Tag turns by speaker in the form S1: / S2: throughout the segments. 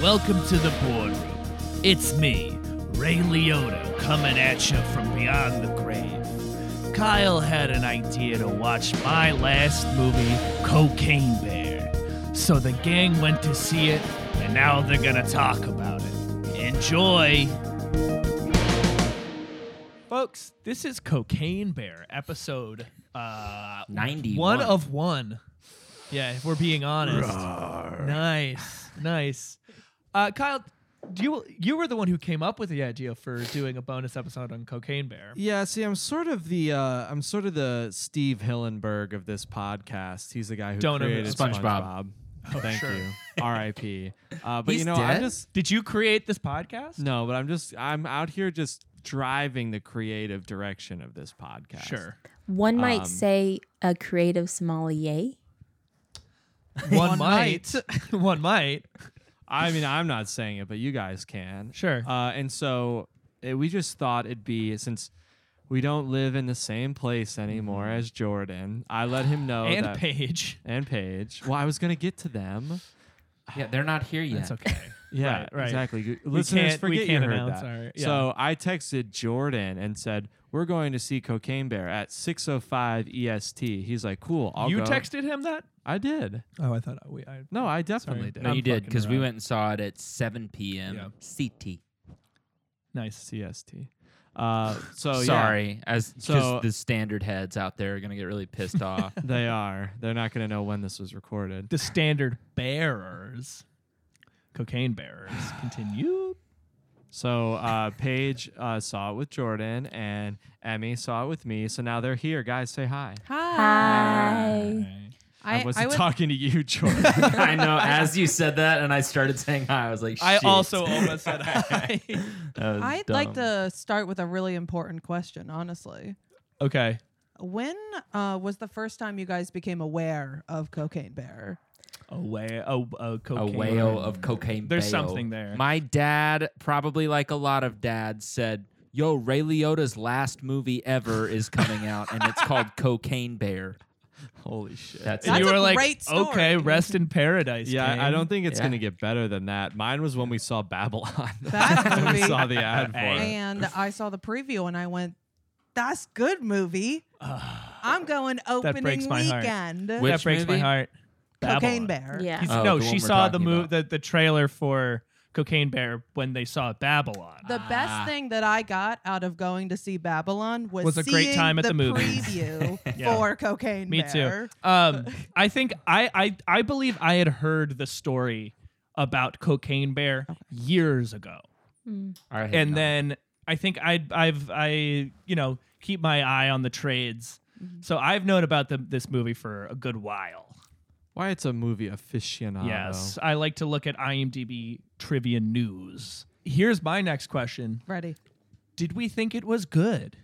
S1: Welcome to the boardroom. It's me, Ray Liotta, coming at you from beyond the grave. Kyle had an idea to watch my last movie, Cocaine Bear. So the gang went to see it, and now they're gonna talk about it. Enjoy! Folks, this is Cocaine Bear episode uh,
S2: 91.
S1: one of one. Yeah, if we're being honest. Nice, nice. Uh, Kyle, do you you were the one who came up with the idea for doing a bonus episode on Cocaine Bear.
S3: Yeah, see, I'm sort of the uh, I'm sort of the Steve Hillenberg of this podcast. He's the guy who
S1: Don't know who
S3: created
S2: SpongeBob.
S3: SpongeBob. Thank
S1: Oh, sure.
S3: you, R.I.P. Uh, but
S2: He's
S3: you know,
S2: dead?
S3: I'm just
S1: Did you create this podcast?
S3: no, but I'm just I'm out here just driving the creative direction of this podcast.
S1: Sure.
S4: One might
S3: Um,
S4: say a creative sommelier.
S1: One might. one might.
S3: I mean, I'm not saying it, but you guys can.
S1: Sure.
S3: Uh, and so it, we just thought it'd be since we don't live in the same place anymore as Jordan. I let him know
S1: Mm-hmm. and
S3: that
S1: Paige.
S3: and Paige. Well, I was gonna get to them.
S2: Yeah, they're not here yet.
S1: That's okay.
S3: Yeah,
S1: Right, right.
S3: exactly. You- Listeners
S1: can't- we
S3: forget
S1: can't
S3: you heard
S1: announce
S3: that.
S1: our-
S3: So I texted Jordan and said, "We're going to see Cocaine Bear at 6:05 EST." E He's like, "Cool, I'll
S1: you
S3: go."
S1: texted him that?
S3: I did.
S1: Oh, I thought we. I,
S3: No, I definitely
S1: Sorry.
S3: did. E
S2: No,
S1: I'm
S2: you did
S1: fucking
S2: because we
S1: around.
S2: went and saw it at 7 p.m.
S1: Yeah.
S2: CT.
S1: nice.
S3: CST. Uh,
S1: Oh,
S3: so yeah,
S2: Sorry, as
S3: So-
S2: just the standard heads out there are gonna get really pissed off.
S3: they are. They're not going to know when this was recorded.
S1: The standard bearers, cocaine bearers, continue.
S3: So uh, Paige uh, saw it with Jordan, and Emmy saw it with me. So now they're here, guys. Say hi.
S4: Hi.
S1: Right.
S3: I,
S5: I,
S3: wasn't
S5: would,
S3: talking to you, Jordan.
S2: I know. As you said that, and I started saying hi, I was like,
S1: I
S2: "Shit."
S1: also almost said hi.
S2: That was
S5: I'd like
S2: dumb.
S5: to start with a really important question, honestly.
S1: okay.
S5: When uh, was the first time you guys became aware of Cocaine Bear?
S1: A whale. A, a
S2: a
S1: cocaine.
S2: whale of cocaine.
S1: There's
S2: bayo.
S1: something there.
S2: My dad, probably like a lot of dads, said, "Yo, Ray Liotta's last movie ever is coming out, and it's called Cocaine Bear."
S3: Holy shit.
S2: That's,
S1: And
S2: it.
S1: you
S5: That's
S1: were
S5: a
S1: like,
S5: great story.
S1: okay, rest in paradise.
S3: Yeah, I- I
S1: Kane."
S3: don't think it's
S2: Yeah.
S3: gonna get better than that. Mine was when we saw Babylon.
S5: That
S3: When we
S5: movie-
S3: saw the ad for it.
S5: And I saw the preview and I went, that's good movie. I'm going opening
S1: breaks my heart.
S5: weekend.
S2: Which
S1: that breaks my
S2: movie?
S1: heart. Babylon.
S5: Cocaine Bear.
S4: Yeah.
S1: He's-
S2: Oh,
S1: no,
S2: the one
S1: she
S2: we're
S1: saw the
S2: talking
S1: move
S2: about.
S1: the, the trailer for Cocaine Bear when they saw Babylon.
S5: The
S2: Ah.
S5: best thing that I got out of going to see Babylon was,
S1: Was a great
S5: seeing
S1: time at the movies.
S5: preview
S1: Yeah.
S5: for Cocaine
S1: Me
S5: Bear.
S1: too. Um, I think I, I I believe I had heard the story about Cocaine Bear years ago,
S4: Mm.
S2: All right,
S1: and
S2: no.
S1: then I think I I've I you know keep my eye on the trades,
S5: Mm-hmm.
S1: so I've known about the, this movie for a good while.
S3: Why it's a movie aficionado.
S1: Yes, I like to look at IMDb trivia news. Here's my next question:
S5: Ready.
S1: Did we think it was good?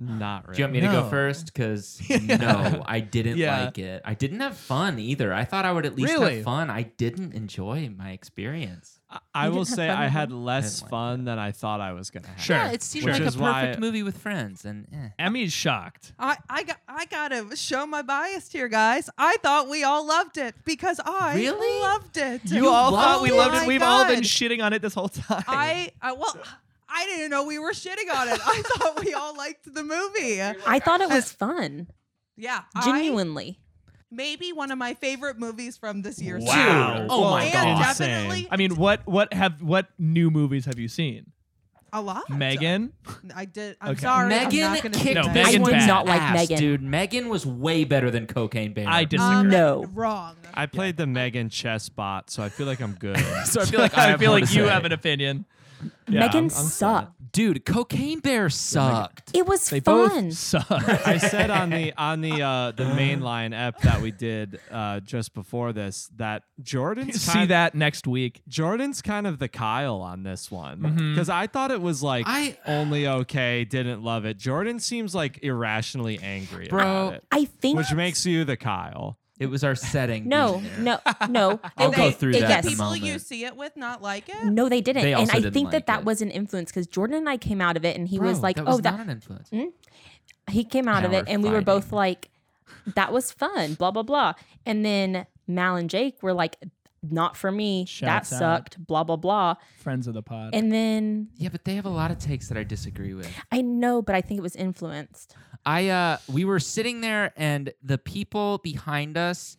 S3: Not
S2: Do
S3: really.
S2: you want me to
S1: No.
S2: go first? Because no, I didn't
S1: Yeah.
S2: like it. I didn't have fun either. I thought I would at least
S1: Really?
S2: have fun. I didn't enjoy my experience.
S3: I- I will
S4: didn't have
S3: say
S4: fun
S3: I
S4: with
S3: had
S4: it?
S3: less
S2: Didn't like
S3: fun than I thought I was gonna have.
S1: Sure.
S2: Yeah, it seemed
S1: sure.
S2: like a
S3: Which is
S2: perfect
S3: why-
S2: movie with friends, and eh.
S1: Emmy's shocked.
S5: I, I got I gotta show my bias here, guys. I thought we all loved it because I
S2: Really?
S5: loved it.
S1: You, all thought we
S5: Oh
S1: loved it.
S5: my
S1: We've all been
S5: God.
S1: shitting on it this whole time.
S5: I, I well, I didn't know we were shitting on it. I thought we all liked the movie.
S4: I thought it was fun.
S5: Yeah, I-
S4: Genuinely.
S5: maybe one of my favorite movies from this year's.
S1: Wow.
S5: shoot.
S2: Oh my
S5: and
S2: God.
S5: definitely
S1: I mean, what what have what new movies have you seen?
S5: a lot.
S1: Megan.
S5: I did. I'm
S1: Okay.
S5: sorry. I'm
S2: Megan
S5: not gonna
S2: kicked.
S1: No,
S5: do that.
S1: Megan
S4: I did
S1: bad.
S4: not like
S2: ass,
S4: Megan.
S2: dude. Megan was way better than Cocaine Bear.
S1: I disagree.
S5: Um,
S4: No.
S5: wrong.
S3: I played the Megan chess bot, so I feel like I'm good.
S2: so I feel like I,
S1: I, feel like you
S2: say.
S1: have an opinion. Yeah,
S4: Megan
S1: I'm-
S4: sucked.
S2: Dude, Cocaine Bear sucked.
S4: It was
S1: They
S4: fun.
S1: both suck.
S3: I said on the on the uh, the mainline ep that we did uh, just before this that Jordan's
S1: See
S3: kind-
S1: that next week.
S3: Jordan's kind of the Kyle on this one because Mm-hmm. I thought it was like
S2: I-
S3: only okay, didn't love it. Jordan seems like irrationally angry,
S2: Bro.
S3: about it,
S4: I think.
S3: which makes you the Kyle.
S2: It was our setting.
S4: no,
S2: being there.
S4: no, no.
S2: I'll
S4: They-
S2: go
S4: they-
S2: through
S4: it-
S2: that
S4: Yes.
S2: the
S5: People you
S2: moment.
S5: see it with not like it.
S4: No, they didn't.
S2: They
S4: and
S2: also
S4: I
S2: didn't
S4: think
S2: like
S4: that that
S2: it.
S4: was an influence because Jordan and I came out of it and he was
S2: Bro,
S4: like,
S2: that
S4: oh,
S2: was
S4: that.
S2: not an influence.
S4: he came out of
S2: Power
S4: it and we were both
S2: fighting.
S4: like, that was fun, blah, blah, blah. And then Mal and Jake were like, not for me.
S1: Shouts
S4: that
S1: out.
S4: sucked. Blah blah blah.
S1: Friends of the pod.
S4: And then
S2: Yeah, but they have a lot of takes that I disagree with.
S4: I know, but I think it was influenced.
S2: I uh we were sitting there and the people behind us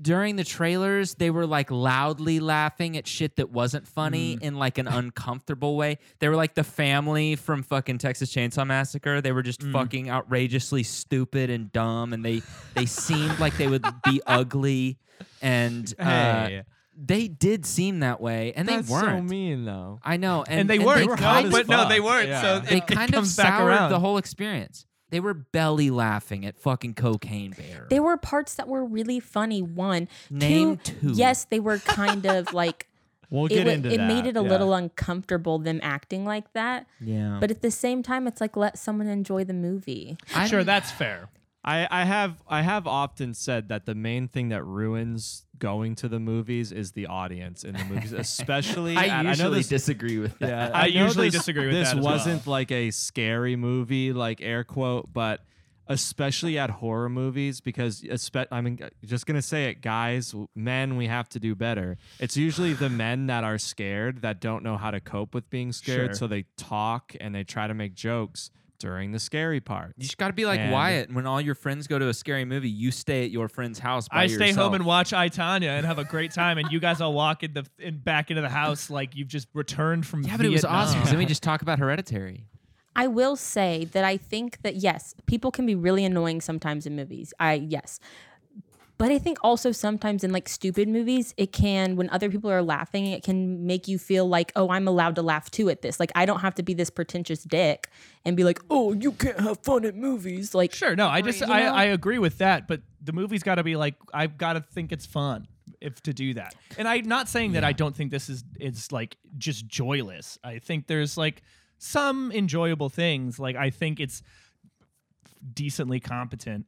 S2: during the trailers they were like loudly laughing at shit that wasn't funny in like an uncomfortable way. They were like the family from fucking Texas Chainsaw Massacre. They were just fucking outrageously stupid and dumb and they they seemed like they would be ugly and uh,
S3: Hey.
S2: they did seem that way and
S3: That's
S2: they weren't.
S3: so mean though.
S2: I know and,
S1: they
S2: and
S1: weren't,
S2: they
S1: no,
S2: kind of
S1: but no, they
S3: weren't, so
S2: they kind of soured the whole experience. They were belly laughing at fucking Cocaine Bear.
S4: There were parts that were really funny. One,
S2: Name two.
S4: Yes, they were kind of like
S3: We'll
S4: it,
S3: get
S4: wa-
S3: into
S4: it
S3: that.
S4: made it a
S3: yeah.
S4: little uncomfortable them acting like that.
S2: yeah,
S4: But at the same time, it's like let someone enjoy the movie.
S2: I
S1: sure,
S2: don't-
S1: that's fair.
S3: I, I have I have often said that the main thing that ruins going to the movies is the audience in the movies, especially
S2: I
S3: at-
S2: usually
S3: know this,
S2: disagree with that.
S3: yeah,
S1: I
S3: know
S1: usually
S3: this-
S1: disagree with
S3: this
S1: that as well.
S3: wasn't like a scary movie, like air quote, but especially at horror movies because espe- I mean just gonna say it, guys, w- men, we have to do better. It's usually the men that are scared that don't know how to cope with being scared,
S1: Sure.
S3: so they talk and they try to make jokes during the scary part.
S2: You just got to be like
S3: And-
S2: Wyatt. When all your friends go to a scary movie, you stay at your friend's house. By
S1: I stay
S2: yourself.
S1: home and watch I Tanya and have a great time, and you guys all walk in the in back into the house like you've just returned from
S2: yeah, but it was
S1: Vietnam.
S2: awesome. 'cause Then we just talk about Hereditary.
S4: I will say that I think that yes, people can be really annoying sometimes in movies. I yes. But I think also sometimes in like stupid movies, it can when other people are laughing, it can make you feel like, "Oh, I'm allowed to laugh too at this." Like I don't have to be this pretentious dick and be like, "Oh, you can't have fun at movies." Like
S1: Sure, no, I just
S4: You
S1: I,
S4: know?
S1: I agree with that, but the movie's got to be like I've got to think it's fun if to do that. And I'm not saying that I don't think this is it's like just joyless. I think there's like some enjoyable things. Like I think it's decently competent,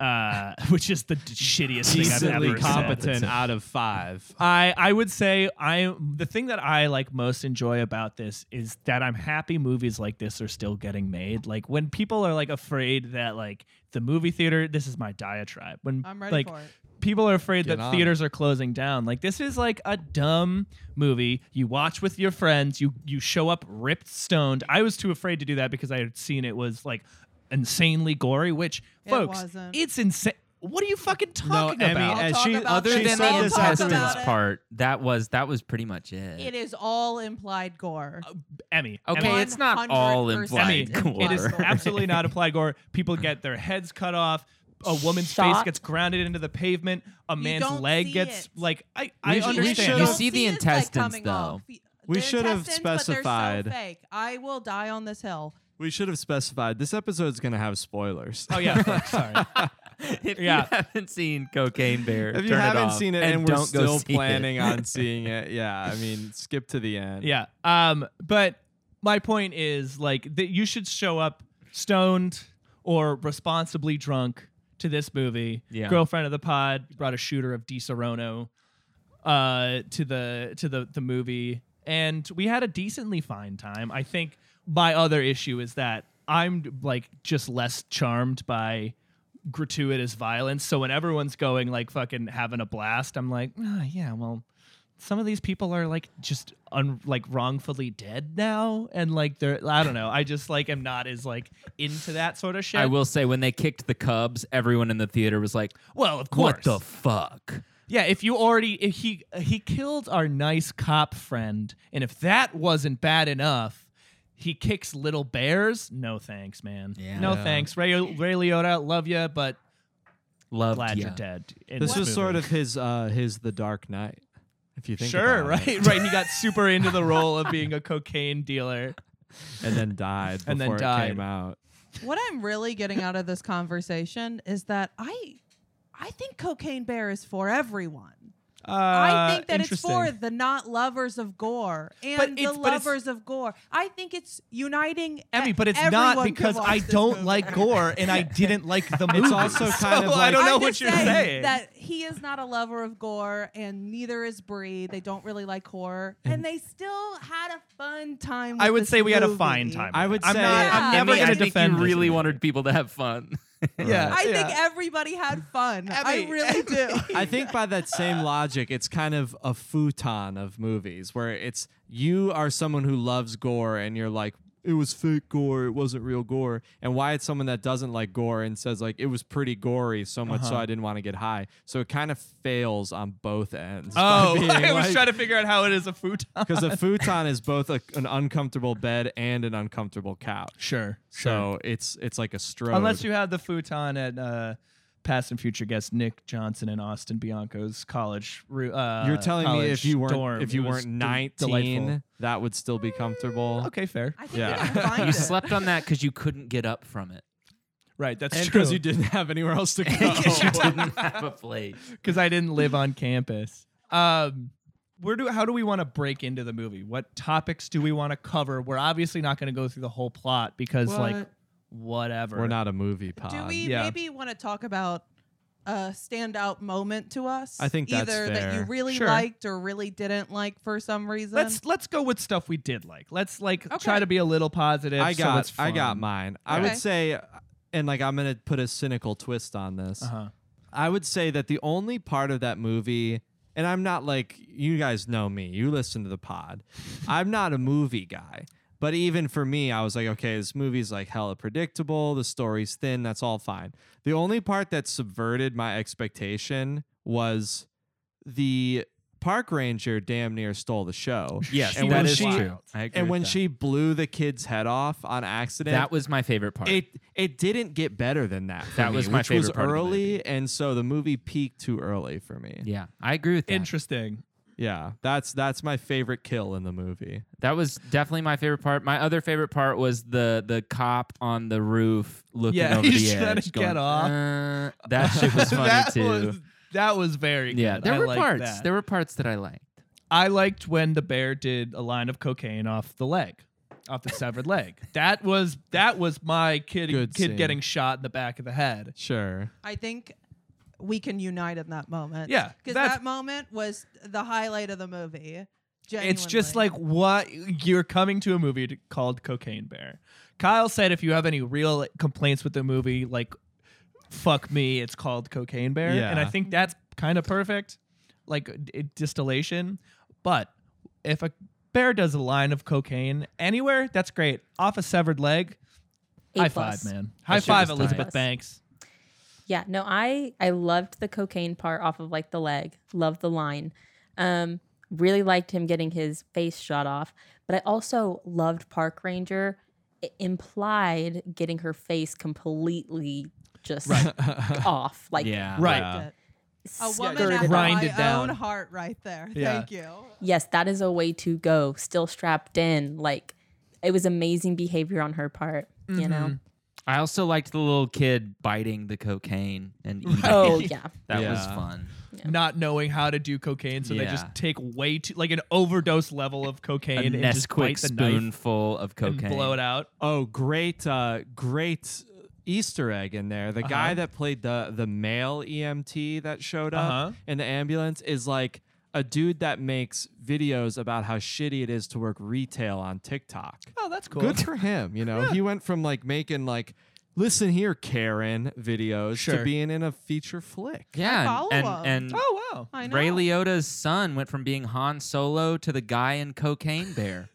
S1: uh, which is the d- shittiest thing I've
S3: decently
S1: ever said.
S3: competent out of five.
S1: I I would say I the thing that I like most enjoy about this is that I'm happy movies like this are still getting made. Like when people are like afraid that like the movie theater this is my diatribe. When
S5: I'm ready
S1: like
S5: for it.
S1: people are afraid
S3: Get
S1: that
S3: on
S1: theaters are closing down. Like this is like a dumb movie you watch with your friends. You you show up ripped stoned. I was too afraid to do that because I had seen it was like insanely gory, which
S5: It
S1: folks,
S5: wasn't.
S1: it's insane. What are you fucking talking
S3: Emmy,
S1: about?
S3: as
S5: I'll
S3: she
S5: talk about
S2: Other
S5: She
S2: than
S5: said
S2: the
S5: this happened.
S2: intestines
S5: About it.
S2: part, that was that was pretty much it.
S5: It is all implied gore.
S1: Emmy.
S2: Okay,
S1: Emmy.
S2: it's not all
S5: 100%
S1: Emmy,
S2: implied.
S5: implied
S1: it is
S5: gore.
S1: absolutely not applied gore. People get their heads cut off. A woman's face
S4: Shot.
S1: gets grounded into the pavement. A man's
S5: don't
S1: leg
S5: see
S1: gets
S5: it.
S1: like I. I
S3: should- we
S1: understand.
S3: should-
S2: You
S5: don't
S2: see the
S5: his leg
S2: intestines,
S5: coming
S2: though.
S5: off.
S3: We
S5: They're
S3: should have
S5: intestines, but they're so
S3: specified.
S5: fake. I will die on this hill.
S3: We should have specified this episode's gonna have spoilers.
S1: oh yeah, fuck, sorry.
S2: if
S1: Yeah.
S2: you haven't seen Cocaine Bear,
S3: if you
S2: turn it
S3: haven't
S2: off
S3: seen it
S2: and,
S3: and, we're
S2: don't go
S3: still
S2: see it.
S3: planning on seeing it, yeah, I mean, skip to the end.
S1: Yeah. Um. But my point is like that you should show up stoned or responsibly drunk to this movie.
S2: Yeah.
S1: Girlfriend of the pod brought a shooter of Di Serono, uh, to the to the the movie, and we had a decently fine time. I think my other issue is that I'm like just less charmed by gratuitous violence. So when everyone's going like fucking having a blast, I'm like, ah, yeah, well, some of these people are like just un- like wrongfully dead now, and like they're I don't know. I just like am not as like into that sort of shit.
S2: I will say when they kicked the Cubs, everyone in the theater was like,
S1: Well, of course.
S2: "What the fuck?"
S1: Yeah, if you already if he he killed our nice cop friend, and if that wasn't bad enough, he kicks little bears. No thanks, man.
S2: Yeah.
S1: No
S2: Yeah.
S1: thanks, Ray Ray Liotta. Love you, but
S2: Love
S1: glad
S2: ya.
S1: you're dead. in
S3: This was
S1: movie.
S3: sort of his uh his The Dark Knight, if you think
S1: sure,
S3: about it.
S1: right, right. He got super into the role of being a cocaine dealer.
S3: And then died before
S1: And then
S3: it
S1: died.
S3: came out.
S5: What I'm really getting out of this conversation is that I, I think Cocaine Bear is for everyone.
S1: Uh,
S5: I think that it's
S1: interesting.
S5: for the not lovers of gore
S1: But
S5: and the
S1: it's- but it's-
S5: lovers of gore. I think it's uniting.
S1: Emmy,
S5: e-
S1: but it's not
S5: everyone can
S1: because
S5: watch
S1: I
S5: this
S1: don't
S5: movie.
S1: like gore and I didn't like the movie.
S3: It's also kind
S1: So
S3: of
S1: I
S3: like-
S1: don't know
S5: I'm
S1: what
S5: just
S1: you're saying.
S5: That he is not a lover of gore, and neither is Bree. They don't really like horror, and they still had a fun time. With
S1: I would
S5: this
S1: say we had a
S5: movie.
S1: fine time.
S3: I would
S1: I'm
S3: say-
S1: Not, I'm
S5: Yeah.
S1: never
S5: Emmy,
S1: going
S5: I
S1: to
S5: think
S1: defend.
S2: You
S1: this
S2: really
S1: movie.
S2: wanted people to have fun.
S3: Yeah.
S5: I think everybody had fun. I
S6: Abby,
S5: really do.
S3: I think by that same logic, it's kind of a futon of movies where it's you are someone who loves gore and you're like, it was fake gore, it wasn't real gore. And why it's someone that doesn't like gore and says, like, it was pretty gory so much
S1: Uh-huh.
S3: so I didn't want to get high. So it kind of fails on both ends.
S6: Oh, I was trying to figure out how it is a futon.
S3: Because a futon is both a, an uncomfortable bed and an uncomfortable couch.
S6: Sure.
S3: So it's it's like a stroke.
S1: Unless you had the futon at uh, past and future guests Nick Johnson and Austin Bianco's college. ru- Uh,
S3: You're telling me if
S1: college
S3: you weren't
S1: dorm.
S3: if you
S1: It was
S3: weren't
S1: de-
S3: 19,
S1: delightful.
S3: that would still be comfortable.
S1: Okay, fair.
S5: I think
S3: Yeah.
S5: yeah. we can find
S2: You
S5: it.
S2: slept on that because you couldn't get up from it.
S1: Right, that's
S3: And
S1: true.
S3: because you didn't have anywhere else to go.
S2: you didn't have a plate.
S1: because I didn't live on campus. Um, where do how do we want to break into the movie? What topics do we want to cover? We're obviously not going to go through the whole plot because like whatever.
S3: We're not a movie pod.
S5: Do we
S1: yeah.
S5: maybe want to talk about a standout moment to us?
S3: I think that's
S5: either that you
S3: fair.
S5: really
S1: Sure.
S5: liked or really didn't like for some reason.
S1: Let's let's go with stuff we did like. Let's like try
S5: Okay.
S1: to be a little positive.
S3: I
S1: so
S3: got
S1: it's
S3: I got
S1: fun.
S3: mine. I
S5: Okay.
S3: would say and like I'm going to put a cynical twist on this.
S1: Uh-huh.
S3: I would say that the only part of that movie and I'm not like you guys know me. You listen to the pod. I'm not a movie guy. But even for me, I was like, okay, this movie's like hella predictable. The story's thin. That's all fine. The only part that subverted my expectation was the park ranger damn near stole the show.
S2: Yes,
S3: and
S2: that
S3: when
S2: is
S3: she-
S2: true. I agree
S3: and
S2: with
S3: when
S2: that.
S3: she blew the kid's head off on accident,
S2: that was my favorite part.
S3: it it didn't get better than that. for
S2: That
S3: me,
S2: was my
S3: which was
S2: favorite part of the
S3: early,
S2: movie.
S3: and so the movie peaked too early for me. Yeah.
S2: yeah, I agree with that.
S1: Interesting.
S3: that's that's my favorite kill in the movie.
S2: That was definitely my favorite part. My other favorite part was the the cop on the roof looking
S1: Yeah,
S2: over
S1: he's
S2: the
S1: trying
S2: edge.
S1: to
S2: going,
S1: get off.
S2: "Uh," that shit was funny
S1: that
S2: too.
S1: Was, that was very good.
S2: yeah, there
S1: I
S2: were
S1: liked
S2: parts.
S1: that.
S2: There were parts that I liked.
S1: I liked when the bear did a line of cocaine off the leg, off the severed leg. That was that was my kid
S3: Good
S1: kid
S3: scene.
S1: getting shot in the back of the head.
S3: Sure.
S5: I think we can unite in that moment.
S1: Yeah,
S5: because
S1: that's-
S5: that moment was the highlight of the movie.
S1: It's just
S5: genuinely.
S1: like what you're coming to a movie to, called Cocaine Bear. Kyle said if you have any real complaints with the movie, like fuck me, it's called Cocaine Bear,
S3: Yeah.
S1: and I think that's kind of perfect, like it, distillation. But if a bear does a line of cocaine anywhere, that's great. Off a severed leg,
S4: A
S1: high
S4: plus.
S1: five, man. High
S2: shit
S1: five,
S2: was
S1: Elizabeth
S4: tight.
S1: Banks.
S4: Yeah, no, I I loved the cocaine part off of like the leg. Loved the line. Um, really liked him getting his face shot off, but I also loved Park Ranger. It implied getting her face completely just off, like
S1: Right.
S5: a woman
S1: skirted
S5: after
S1: Grind
S5: my
S1: it down.
S5: own heart, right there.
S1: Yeah.
S5: Thank you.
S4: yes, that is a way to go. Still strapped in, like it was amazing behavior on her part. You know?
S2: I also liked the little kid biting the cocaine and eating.
S5: Mm-hmm.
S4: Oh
S2: it.
S4: yeah,
S2: that was
S3: Yeah.
S2: fun.
S1: Not knowing how to do cocaine, so they
S2: Yeah.
S1: just take way too like an overdose level of
S2: A
S1: cocaine and just bite
S2: Nesquik
S1: the knife
S2: spoonful of cocaine.
S1: and blow it out.
S3: Oh, great, uh, great Easter egg in there. The
S2: Uh-huh.
S3: guy that played the the male EMT that showed up
S1: Uh-huh.
S3: in the ambulance is like a dude that makes videos about how shitty it is to work retail on TikTok.
S1: Oh, that's cool.
S3: Good for him. You know, he went from like making like listen here, Karen videos
S1: Sure.
S3: to being in a feature flick.
S2: Yeah,
S5: follow
S2: and
S5: him.
S2: and, and
S1: Oh wow.
S5: I know.
S2: Ray Liotta's son went from being Han Solo to the guy in Cocaine Bear.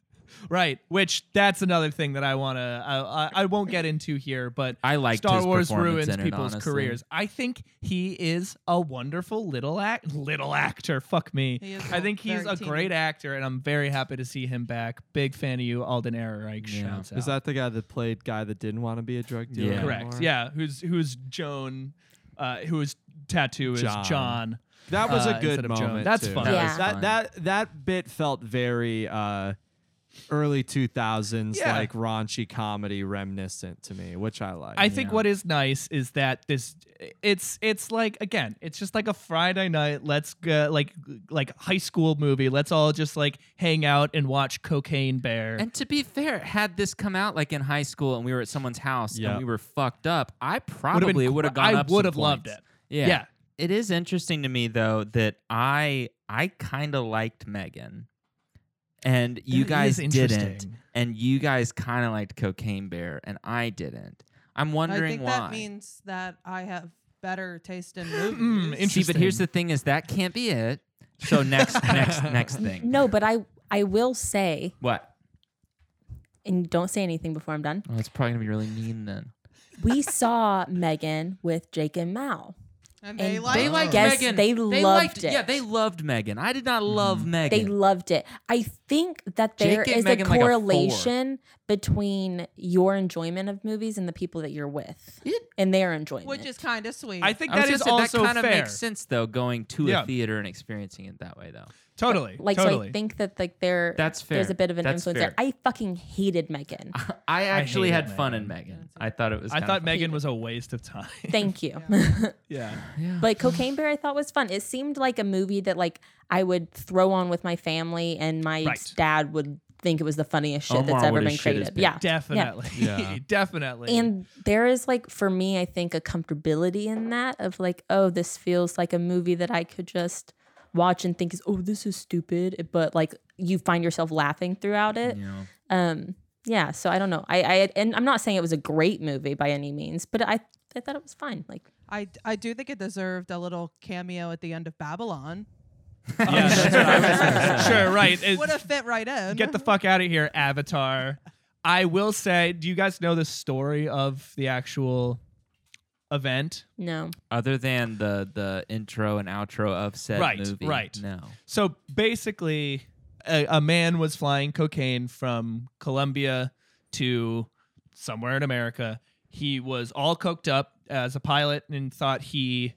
S1: Right, which that's another thing that I want to I, I I won't get into here, but
S2: I liked
S1: Star
S2: his
S1: Wars
S2: performance
S1: ruins
S2: in it,
S1: people's
S2: honestly.
S1: careers. I think he is a wonderful little act little actor. Fuck me.
S5: He is
S1: I think he's
S5: very
S1: a
S5: teeny.
S1: great actor and I'm very happy to see him back. Big fan of you, Alden Ehrenreich.
S2: Yeah.
S1: Shouts out.
S3: Is that the guy that played guy that didn't want to be a drug dealer?
S2: Yeah.
S1: correct?
S3: anymore?
S1: Yeah, who's who's Joan uh whose tattoo is
S3: John.
S1: John.
S3: That was
S1: uh,
S3: a good
S1: instead of Joan.
S3: moment.
S1: That's
S3: too.
S1: fun.
S2: That
S4: Yeah.
S2: was
S3: That
S2: fun.
S3: that that bit felt very uh, early two thousands
S1: Yeah.
S3: like raunchy comedy reminiscent to me, which I like.
S1: I think
S2: Yeah.
S1: what is nice is that this it's it's like again, it's just like a Friday night. Let's go like like high school movie. Let's all just like hang out and watch Cocaine Bear.
S2: And to be fair, had this come out like in high school and we were at someone's house
S3: Yeah.
S2: and we were fucked up, I
S1: Would've been
S2: probably
S1: gr-
S2: would have gone
S1: I
S2: up. some
S1: would have loved
S2: points.
S1: it.
S2: Yeah.
S1: Yeah.
S2: It is interesting to me though that I I kind of liked Megan, and you
S1: That
S2: guys
S1: is
S2: didn't,
S1: interesting.
S2: and you guys kind of liked Cocaine Bear, and I didn't. I'm wondering
S5: I think
S2: why.
S5: that means that I have better taste in
S1: Mm,
S5: movies.
S1: interesting.
S2: See, but here's the thing: is that can't be it. So next, next, next thing.
S4: No, but I I will say,
S2: What?
S4: and don't say anything before I'm done.
S2: Oh, that's probably gonna be really mean then.
S4: We saw Megan with Jake and Mal. and
S5: and they like
S2: They
S4: Oh.
S2: liked
S4: Yes,
S2: Megan.
S4: they
S2: liked,
S4: loved it.
S2: Yeah, they loved Megan. I did not love Megan.
S4: They loved it. I think that
S2: Jake
S4: there
S2: gave
S4: is
S2: Megan
S4: a
S2: like a four.
S4: correlation between your enjoyment of movies and the people that you're with
S2: It-
S4: and their enjoyment.
S5: which is kind of sweet.
S1: I think
S2: I was
S1: that is
S2: gonna say,
S1: also
S2: that kind of
S1: fair.
S2: makes sense though, going to
S1: Yeah.
S2: a theater and experiencing it that way though.
S1: Totally.
S4: like so
S1: totally.
S4: I think that like there
S2: That's
S4: there's
S2: fair.
S4: a bit of an
S2: That's
S4: influence
S2: fair.
S4: there. I fucking hated Megan.
S2: I actually
S1: hated
S2: had fun in
S1: Megan.
S2: Megan. I thought it was.
S1: I
S2: kinda
S1: thought
S2: fun.
S1: Megan was a waste of time.
S4: Thank you.
S1: yeah.
S2: Yeah.
S4: But Cocaine Bear, I thought was fun. It seemed like a movie that like I would throw on with my family, and my
S1: Right.
S4: dad would think it was the funniest shit
S2: Omar
S4: that's ever
S2: would've
S4: been
S2: shit his
S4: created. Yeah,
S1: Definitely.
S3: Yeah.
S1: Definitely.
S4: And there is like for me, I think a comfortability in that of like, oh, this feels like a movie that I could just watch and think is, oh, this is stupid, but like you find yourself laughing throughout it.
S2: Yeah.
S4: Um, yeah. So I don't know. I, I and I'm not saying it was a great movie by any means, but I I thought it was fine. Like
S5: I, I do think it deserved a little cameo at the end of Babylon.
S1: yeah, that's what I was gonna say. sure, right. It-
S5: Would have fit right in.
S1: get the fuck out of here, Avatar. I will say, do you guys know the story of the actual event?
S4: no,
S2: Other than the the intro and outro of said
S1: Right,
S2: movie.
S1: right.
S2: No.
S1: So basically, a, a man was flying cocaine from Colombia to somewhere in America. He was all coked up as a pilot and thought he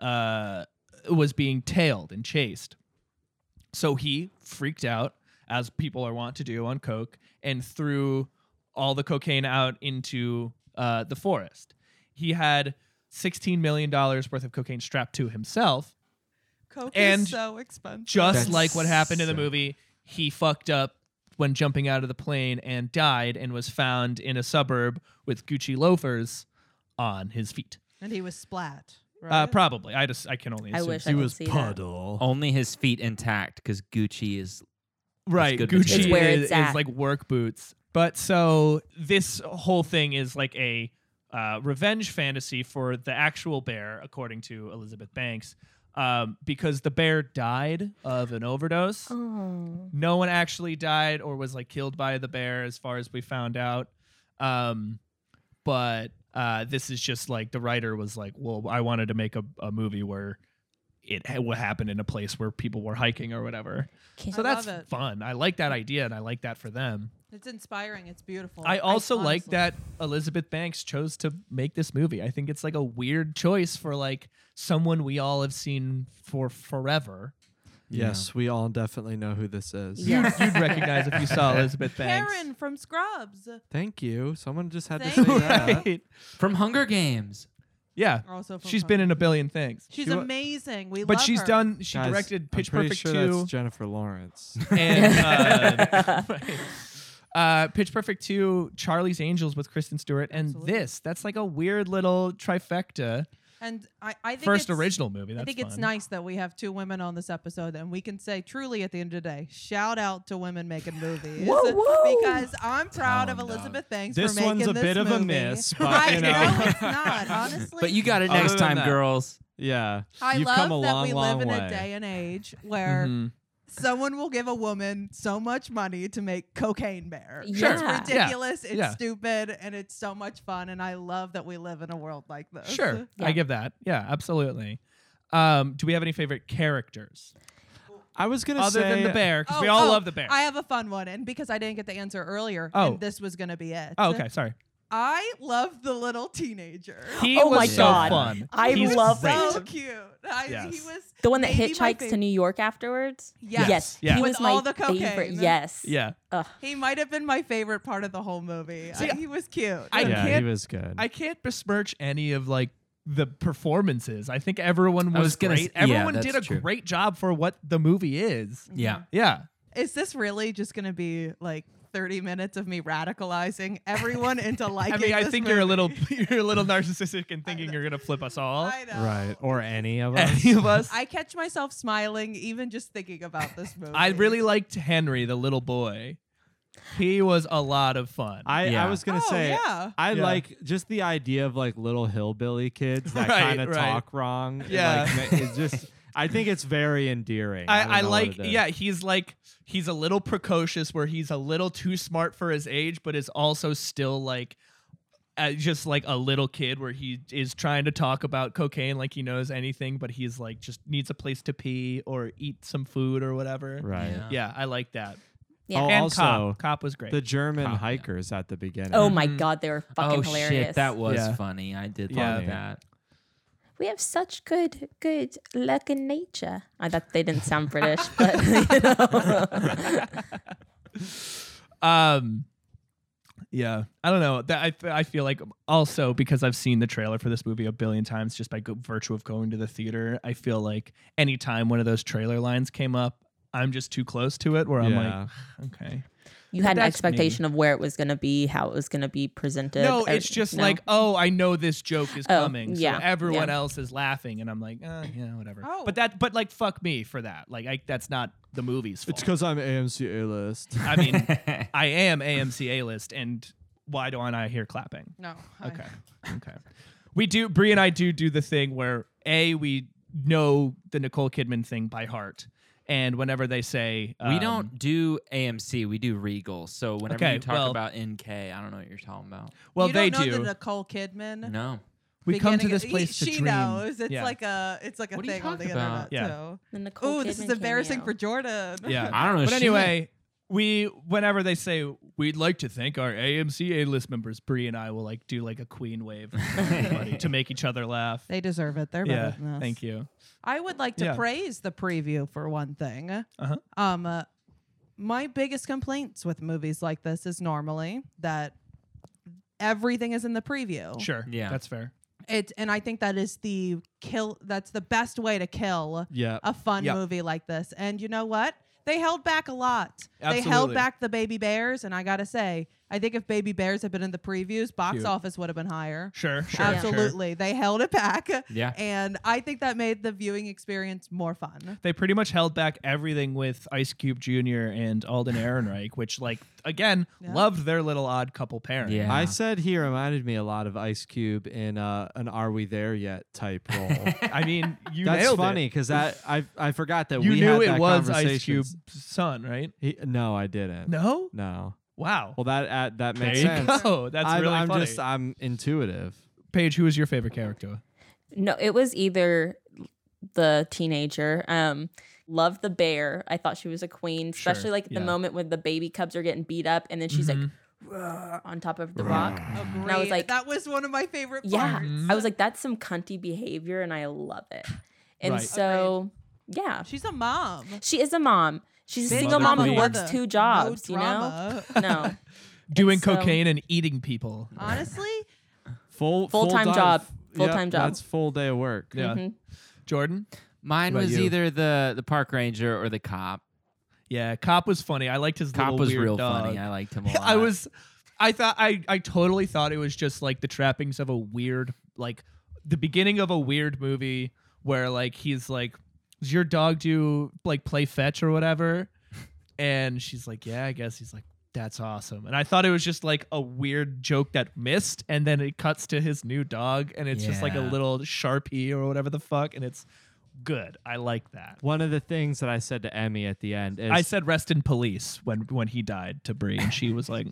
S1: uh, was being tailed and chased. So he freaked out, as people are wont to do on coke, and threw all the cocaine out into uh, the forest. He had $16 million worth of cocaine strapped to himself
S5: Coke
S1: and
S5: is so expensive.
S1: just
S2: That's
S1: like what happened in the
S2: so-
S1: movie, he fucked up when jumping out of the plane and died and was found in a suburb with Gucci loafers on his feet.
S5: and he was splat. Right?
S1: Uh, probably. I just I can only
S4: I
S1: assume.
S4: wish I could see that.
S2: Only his feet intact because Gucci is.
S1: right.
S2: good
S1: Gucci is,
S2: material.
S4: It's where it's
S1: is
S4: at.
S1: like work boots. But so this whole thing is like a uh, revenge fantasy for the actual bear, according to Elizabeth Banks, um, because the bear died of an overdose.
S4: Oh,
S1: no one actually died or was like killed by the bear as far as we found out um but uh this is just like the writer was like well i wanted to make a, a movie where it ha- what happened in a place where people were hiking or whatever
S4: Okay.
S1: so
S5: I
S1: that's
S5: love it.
S1: fun i like that idea and i like that for them
S5: It's inspiring. It's beautiful.
S1: i also like
S5: honestly-
S1: that elizabeth banks chose to make this movie i think it's like a weird choice for like someone we all have seen for forever
S3: Yes, we all definitely know who this is.
S4: Yeah.
S1: you'd, you'd recognize if you saw elizabeth banks
S5: Karen from Scrubs.
S3: Thank you. Someone just had
S5: Thank
S3: to say
S5: you.
S3: that.
S1: Right.
S2: From Hunger Games.
S1: Yeah.
S5: Also, from
S1: She's been in a billion things.
S5: She's
S3: She wa-
S5: amazing. We
S1: But
S5: love
S1: she's
S5: her.
S1: done she
S3: Guys,
S1: directed Pitch
S3: I'm pretty
S1: Perfect
S3: sure
S1: 2
S3: That's Jennifer Lawrence.
S1: and uh, right. uh, Pitch Perfect 2, Charlie's Angels with Kristen Stewart and
S5: Absolutely.
S1: this. That's like a weird little trifecta.
S5: And I, I think
S1: First
S5: it's-
S1: original movie. That's
S5: I think it's
S1: fun.
S5: nice that we have two women on this episode, and we can say truly at the end of the day, shout out to women making movies
S4: Whoa, whoa.
S5: because I'm proud of
S2: them, dog.
S5: Elizabeth Banks
S3: Oh, This
S5: for making
S3: one's a
S5: this
S3: bit of
S5: movie.
S3: a miss, but,
S5: I
S3: you know.
S5: it's not honestly.
S2: But you got it
S3: Other
S2: next
S3: than
S2: time,
S3: that.
S2: girls.
S3: yeah.
S5: I
S3: You've
S5: love
S3: come a
S5: that
S3: long,
S5: we
S3: long
S5: live in
S3: way. Mm-hmm.
S5: a day and age where
S1: Mhm.
S5: someone will give a woman so much money to make cocaine bear.
S4: Sure. Yeah.
S5: It's ridiculous, it's
S1: Yeah.
S5: stupid, and it's so much fun. And I love that we live in a world like this.
S1: Sure.
S4: Yeah.
S1: I give that. Yeah, absolutely. Um, do we have any favorite characters
S3: I was gonna
S1: other
S3: say
S1: than the bear? Because
S5: Oh,
S1: we all
S5: oh,
S1: love the bear.
S5: I have a fun one, and because I didn't get the answer earlier,
S1: Oh.
S5: and this was gonna be it.
S1: oh, okay. Sorry.
S5: I love the little teenager.
S1: He
S4: Oh
S1: was
S4: my
S1: so
S4: God.
S1: fun.
S4: I
S1: He's
S4: love
S1: great.
S5: so cute. I, He
S1: Yes.
S5: was
S4: the one that
S5: maybe my
S4: hitchhikes to
S5: fav-
S4: New York afterwards.
S5: Yes.
S1: Yeah.
S4: he
S5: With
S4: was
S5: all
S4: my
S5: the cocaine.
S4: favorite. Yes,
S1: Yeah.
S5: He might have been my favorite part of the whole movie.
S1: See,
S5: Uh, he was cute.
S1: I
S3: yeah,
S1: can't-
S3: he was good.
S1: I can't besmirch any of like the performances. I think everyone
S2: I
S1: was,
S2: was gonna
S1: great.
S2: s- yeah,
S1: everyone
S2: that's
S1: did a
S2: true.
S1: great job for what the movie is.
S2: Yeah.
S1: Yeah.
S5: Is this really just going to be like 30 minutes of me radicalizing everyone into liking
S1: I mean, I
S5: this
S1: think you're a
S5: movie?
S1: little you're a little narcissistic and thinking you're gonna flip us all.
S5: I know.
S3: right. Or any of us.
S1: Any of us. I,
S5: I catch myself smiling even just thinking about this movie.
S1: really liked Henry, the little boy. He was a lot of fun.
S3: I,
S2: Yeah.
S3: I was gonna
S5: Oh,
S3: say
S5: yeah.
S3: I
S1: Yeah.
S3: like just the idea of like little hillbilly kids that
S1: Right,
S3: kind of
S1: right.
S3: talk wrong. and,
S1: Yeah.
S3: like, ma- it's just I think it's very endearing. don't
S1: I, I
S3: know what
S1: like,
S3: it is.
S1: yeah, he's like, he's a little precocious where he's a little too smart for his age, but is also still like, uh, just like a little kid where he is trying to talk about cocaine like he knows anything, but he's like, just needs a place to pee or eat some food or whatever.
S3: right.
S2: Yeah.
S1: Yeah, I like that.
S4: Yeah.
S3: Oh,
S1: and
S3: also
S1: Cop. Cop was great.
S3: the German
S2: Cop, yeah.
S3: hikers at the beginning.
S4: Oh my god, they were fucking
S2: oh
S4: hilarious.
S2: shit, that was
S1: Yeah.
S2: funny. I did
S1: Yeah.
S2: love that.
S4: we have such good, good luck in nature. I thought they didn't sound British, but you know.
S1: Um, yeah, I don't know. That I, f- I feel like also because I've seen the trailer for this movie a billion times just by go- virtue of going to the theater. I feel like anytime one of those trailer lines came up, I'm just too close to it where I'm
S3: Yeah.
S1: like, okay.
S4: you had an
S1: That's me.
S4: expectation of where it was going to be, how it was going to be presented.
S1: No,
S4: or-
S1: it's just
S4: no?
S1: like, oh, I know this joke is
S4: Oh,
S1: coming. So
S4: yeah,
S1: everyone
S4: yeah.
S1: else is laughing, and I'm like, eh, yeah, whatever.
S5: Oh.
S1: But that, but like, fuck me for that. Like, I, that's not the movie's fault.
S3: It's because I'm AMC A list.
S1: I mean, I am AMC A list, and why don't I hear clapping?
S5: No. I-
S1: Okay. Okay. We do. Brie and I do do the thing where a we know the Nicole Kidman thing by heart, and whenever they say
S2: we
S1: um,
S2: don't do AMC, we do Regal. So whenever
S1: Okay,
S2: you talk
S1: well-
S2: about NK, I don't know what you're talking about.
S1: well,
S5: you
S1: they
S5: don't know
S1: do.
S5: The Nicole Kidman.
S2: No.
S1: we come to
S5: beginning-
S1: this
S5: he-
S1: place to
S5: she
S1: dream.
S5: knows. It's
S1: yeah.
S5: like a it's like a
S2: What are you
S5: thing on the
S2: talking about?
S5: internet.
S1: Yeah.
S5: So.
S4: The Nicole
S5: Ooh, this is
S4: Kidman
S5: embarrassing
S4: cameo.
S5: for Jordan.
S1: yeah.
S2: I don't know.
S1: But
S2: shit.
S1: anyway, we whenever they say we'd like to thank our AMC A list members, Brie and I will like do like a queen wave to make each other laugh.
S5: They deserve it. They're
S1: yeah.
S5: better than us.
S1: Thank you.
S5: I would like to
S1: Yeah.
S5: praise the preview for one thing.
S1: Uh-huh.
S5: Um, uh, my biggest complaints with movies like this is normally that everything is in the preview.
S1: Sure.
S2: Yeah.
S1: That's fair.
S5: It, and I think that is the kill. That's the best way to kill
S3: yeah.
S5: a fun
S1: Yep.
S5: movie like this. And you know what? They held back a lot. They held
S1: Absolutely.
S5: back the baby bears, and I gotta say, I think if baby bears had been in the previews, box
S1: Cute.
S5: office would have been higher.
S1: Sure. Sure. Sure.
S5: Absolutely, they held it back.
S2: Yeah.
S5: And I think that made the viewing experience more
S4: Mm.
S5: fun.
S1: they pretty much held back everything with Ice Cube Jr. and Alden Ehrenreich, which, like, again,
S5: Yeah.
S1: loved their little odd couple pairing.
S2: Yeah.
S3: I said he reminded me a lot of Ice Cube in uh, an "Are We There Yet" type role.
S1: I mean, you
S3: That's
S1: nailed
S3: funny
S1: it.
S3: because that I I forgot that
S1: You
S3: we
S1: knew
S3: had
S1: it
S3: that
S1: was Ice
S3: conversation.
S1: Cube's son, right?
S3: He, no, I didn't.
S1: No.
S3: No.
S1: Wow.
S3: Well, that uh, that
S1: there
S3: makes
S1: you
S3: sense.
S1: go. That's
S3: I'm,
S1: really
S3: I'm
S1: funny.
S3: just I'm intuitive.
S1: Paige, who was your favorite character?
S4: No, it was either the teenager. Um, loved the bear. I thought she was a queen,
S1: Sure,
S4: especially like
S1: yeah. Mm-hmm.
S4: the moment when the baby cubs are getting beat up, and then she's like "Roar," on top of the rock.
S5: Agreed.
S4: I was like-
S5: that was one of my favorite parts.
S4: Yeah,
S1: Mm-hmm.
S4: I was like, that's some cunty behavior, and I love it. And
S1: Right.
S4: so, yeah,
S5: she's a mom.
S4: she is a mom. She's a
S5: Big
S4: single mom who
S1: mother.
S4: works two jobs.
S5: no
S4: you know,
S5: drama.
S4: no,
S1: doing
S4: it's, um, Uh,
S1: cocaine and eating people.
S5: Honestly,
S3: Full
S4: Full-time
S3: full-time-
S4: job.
S3: yep,
S4: Full-time job.
S3: That's full day of work.
S1: Yeah.
S4: mm-hmm.
S1: Jordan?
S2: Mine
S1: What about
S2: was
S1: you?
S2: either the the park ranger or the cop.
S1: Yeah. Cop was funny. I liked his
S2: Cop
S1: little
S2: was
S1: weird
S2: real
S1: dog.
S2: funny. I liked him a lot.
S1: I was, I thought, I, I totally thought it was just like the trappings of a weird, like the beginning of a weird movie where like he's like, does your dog do like play fetch or whatever? And she's like, yeah, I guess. He's like, that's awesome. And I thought it was just like a weird joke that missed. And then it cuts to his new dog and it's just like a
S2: Yeah.
S1: little Sharpie or whatever the fuck. And it's good. I like that.
S3: One of the things that I said to Emmy at the end is
S1: I said rest in police when when he died to Bree, and she was like,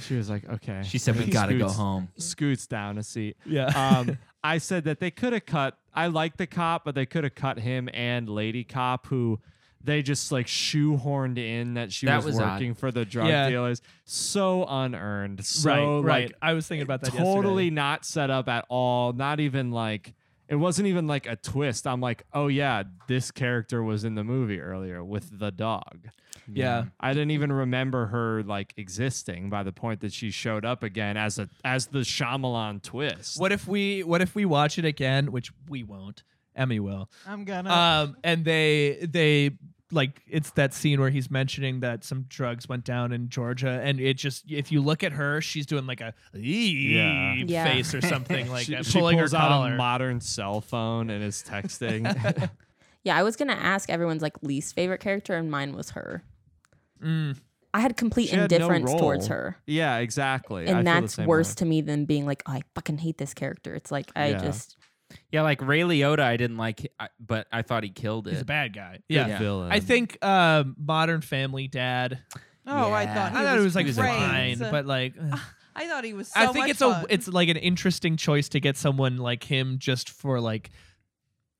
S3: she was like, okay.
S2: She said we gotta go
S3: Scoots-
S2: home.
S3: Scoots down a seat.
S1: Yeah.
S3: Um, I said that they could have cut. I like the cop, but they could have cut him and Lady Cop, who they just like shoehorned in that she
S2: That
S3: was,
S2: was odd.
S3: working for the drug
S1: Yeah.
S3: dealers. So unearned. So
S1: right,
S3: like
S1: right. I was thinking about that.
S3: totally
S1: yesterday.
S3: not set up at all. Not even like it wasn't even like a twist. I'm like, oh yeah, this character was in the movie earlier with the dog.
S1: Yeah.
S3: I didn't even remember her like existing by the point that she showed up again as a as the Shyamalan twist.
S1: What if we What if we watch it again? Which we won't. Emmy will.
S5: I'm gonna.
S1: Um, and they they like it's that scene where he's mentioning that some drugs went down in Georgia, and it just if you look at her, she's doing like a
S3: Yeah.
S1: "Ee"
S4: Yeah.
S1: face or something like
S3: she,
S1: that,
S3: she
S1: pulling
S3: pulls
S1: her
S3: out
S1: collar.
S3: a modern cell phone and is texting.
S4: yeah. I was gonna ask everyone's like least favorite character, and mine was her. I had complete
S3: Mm. She had no
S4: indifference
S3: role.
S4: towards her.
S3: Yeah, exactly. I feel
S4: and
S3: the
S4: that's
S3: same
S4: worse
S3: way.
S4: to me than being like, oh, I fucking hate this character. It's like I
S3: Yeah.
S4: just
S2: Yeah, like Ray Liotta, I didn't like, I- but I thought he killed it.
S1: He's a bad guy.
S3: Good
S1: Yeah.
S3: villain.
S1: I think uh, Modern Family Dad.
S5: Oh, I
S2: Yeah.
S5: thought he
S1: I thought
S5: was
S1: it was like
S5: great.
S1: fine, but like
S5: I thought he was. So
S1: I think
S5: much
S1: it's
S5: fun.
S1: a it's like an interesting choice to get someone like him just for like